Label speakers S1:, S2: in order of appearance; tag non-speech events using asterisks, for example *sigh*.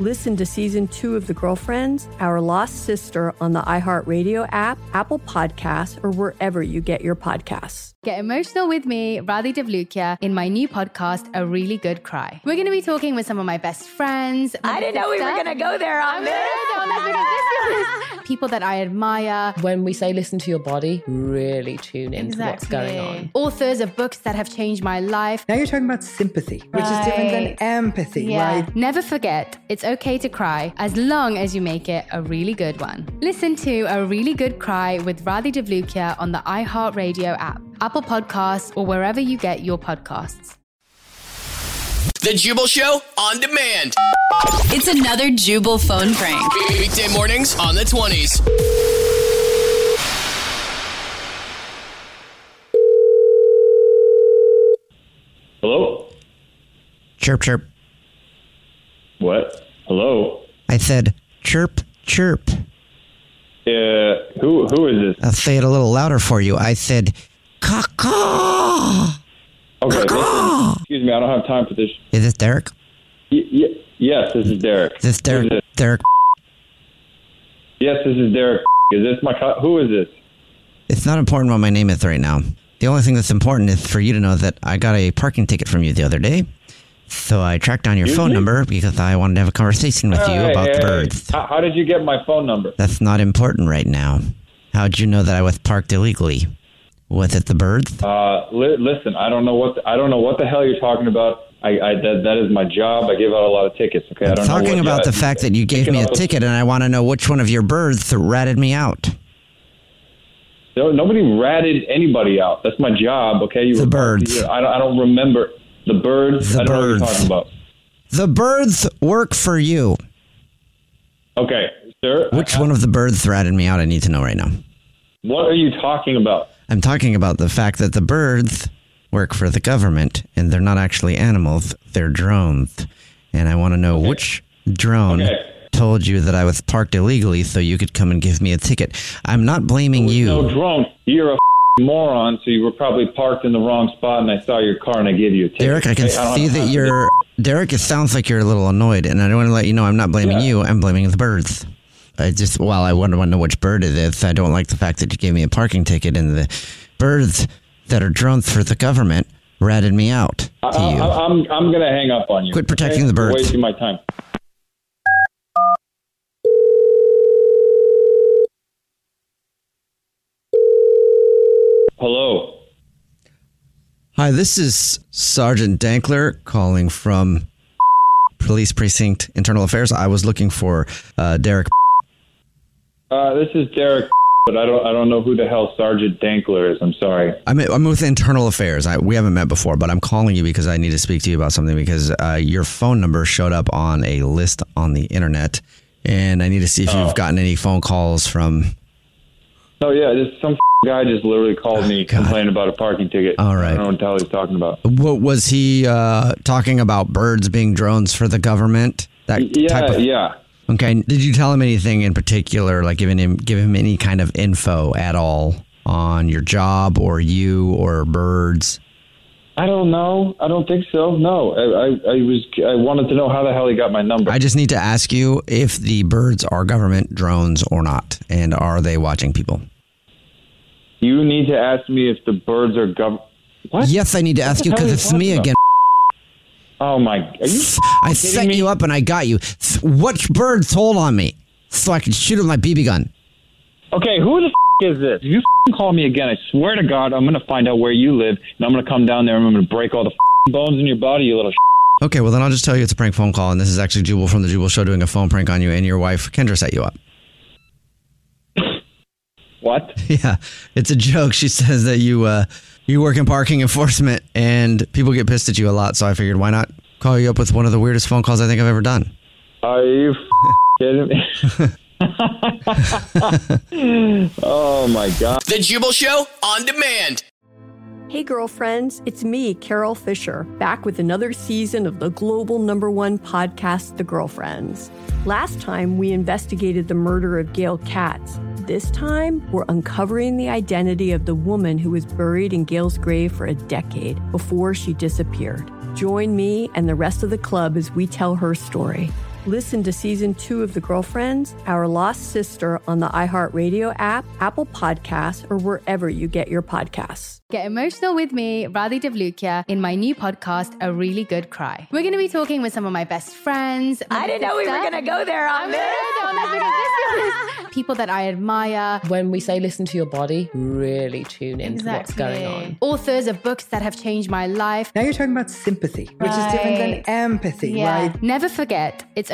S1: Listen to season two of The Girlfriends, Our Lost Sister on the iHeartRadio app, Apple Podcasts, or wherever you get your podcasts.
S2: Get emotional with me, Radhi Devlukia, in my new podcast, A Really Good Cry. We're going to be talking with some of my best friends.
S3: I didn't know we were going to go there on
S2: I'm
S3: this.
S2: gonna go down this list. *laughs* People that I admire,
S4: When we say listen to your body, really tune into what's going on.
S2: Authors of books that have changed my life.
S5: Now you're talking about sympathy, which is different than
S2: Right.
S5: empathy, right?
S2: Never forget, it's okay to cry as long as you make it a really good one. Listen to A Really Good Cry with Radhi Devlukia on the iHeartRadio app, Apple Podcasts, or wherever you get your podcasts.
S6: The Jubal Show on demand.
S7: It's another Jubal phone prank.
S6: Weekday mornings on the 20s.
S8: Hello?
S9: Chirp, chirp.
S8: What? Hello?
S9: I said, chirp, chirp.
S8: Uh, who who is this?
S9: I'll say it a little louder for you. I said, caw
S8: Okay,
S9: *gasps*
S8: listen. Excuse me, I don't have time for this.
S9: Is this Derek?
S8: Y- y- yes, this is Derek.
S9: Is this Derek?
S8: Who is this?
S9: Derek.
S8: Yes, this is Derek. Is this my co- who is this?
S9: It's not important what my name is right now. The only thing that's important is for you to know that I got a parking ticket from you the other day. So I tracked down your phone number because I wanted to have a conversation with you
S8: Hey,
S9: about
S8: hey,
S9: the
S8: hey.
S9: birds.
S8: How, how did you get my phone number?
S9: That's not important right now. How'd you know that I was parked illegally? Was it the birds?
S8: Uh, li- listen, I don't know what the, I don't know what the hell you're talking about. I, I that that is my job. I give out a lot of tickets. Okay, I
S9: I'm
S8: don't know
S9: talking
S8: what-
S9: about
S8: yeah,
S9: the fact that you gave
S8: picking
S9: me a
S8: up with-
S9: ticket and I want to know which one of your birds ratted me out.
S8: No, nobody ratted anybody out. That's my job. Okay, you
S9: The
S8: were-
S9: birds.
S8: you- I don't I don't remember the birds.
S9: The
S8: I don't know what you're
S9: birds.
S8: talking about.
S9: The birds work for you.
S8: Okay, sir.
S9: Which one of the birds ratted me out? I need to know right now.
S8: What are you talking about?
S9: I'm talking about the fact that the birds work for the government and they're not actually animals, they're drones. And I want to know which drone
S8: Okay.
S9: told you that I was parked illegally so you could come and give me a ticket. I'm not blaming you.
S8: No drone. You're a f***ing moron. So you were probably parked in the wrong spot, and I saw your car, and I gave you a ticket.
S9: Derek, I can
S8: Hey, don't
S9: see
S8: have time
S9: that
S8: for
S9: you're. Derek, it sounds like you're a little annoyed, and I don't want to let you know I'm not blaming
S8: Yeah.
S9: you. I'm blaming the birds. I just, well, I want to know which bird it is. I don't like the fact that you gave me a parking ticket, and the birds that are drones for the government ratted me out to
S8: this. I,
S9: you.
S8: I, I'm I'm gonna hang up on you.
S9: Quit protecting the
S8: You're
S9: birds.
S8: Wasting my time. Hello.
S9: Hi, this is Sergeant Dankler calling from Police Precinct Internal Affairs. I was looking for uh, Derek.
S8: Uh, this is Derek, but I don't I don't know who the hell Sergeant Dankler is. I'm sorry.
S9: I'm, I'm with Internal Affairs. I, we haven't met before, but I'm calling you because I need to speak to you about something because uh, your phone number showed up on a list on the internet, and I need to see if
S8: Oh.
S9: you've gotten any phone calls from.
S8: No, yeah, just some guy just literally called me
S9: Oh, God.
S8: complaining about a parking ticket.
S9: All right.
S8: I don't know what the hell he's talking about.
S9: What was he uh, talking about? Birds being drones for the government? That type
S8: Yeah,
S9: of.
S8: yeah.
S9: Okay. Did you tell him anything in particular, like giving him give him any kind of info at all on your job or you or birds?
S8: I don't know. I don't think so. No, I, I, I was I wanted to know how the hell he got my number.
S9: I just need to ask you if the birds are government drones or not, and are they watching people?
S8: you need to ask me if the birds are gov. What?
S9: Yes, I need to ask you
S8: the hell
S9: because
S8: are you
S9: it's me
S8: talking
S9: again.
S8: Oh my! Are you?
S9: I
S8: kidding
S9: set
S8: me?
S9: you up and I got you. What bird told on me so I could shoot him my BB gun?
S8: Okay, who the f- is this? If you f- call me again, I swear to God, I'm going to find out where you live, and I'm going to come down there and I'm going to break all the f- bones in your body, you little. Sh-
S9: Okay, well then I'll just tell you it's a prank phone call, and this is actually Jubal from the Jubal Show doing a phone prank on you, and your wife Kendra set you up. *laughs*
S8: What?
S9: *laughs* Yeah, it's a joke. She says that you uh, you work in parking enforcement, and people get pissed at you a lot. So I figured, why not call you up with one of the weirdest phone calls I think I've ever done.
S8: Are you f-
S9: *laughs*
S8: kidding me? *laughs* oh my God.
S6: The Jubal Show on demand.
S1: Hey, girlfriends, it's me, Carol Fisher, back with another season of the global number one podcast, The Girlfriends. Last time, we investigated the murder of Gail Katz. This time, we're uncovering the identity of the woman who was buried in Gail's grave for a decade before she disappeared. Join me and the rest of the club as we tell her story. Listen to season two of The Girlfriends, Our Lost Sister on the iHeartRadio app, Apple Podcasts, or wherever you get your podcasts.
S2: Get emotional with me, Radhi Devlukia, in my new podcast, A Really Good Cry. We're going to be talking with some of my best friends.
S3: I didn't know we were gonna go there on this. *laughs*
S2: People that I admire.
S4: When we say listen to your body, really tune into what's going on.
S2: Authors of books that have changed my life.
S5: Now you're talking about sympathy, which is different than empathy, right?
S2: Never forget, it's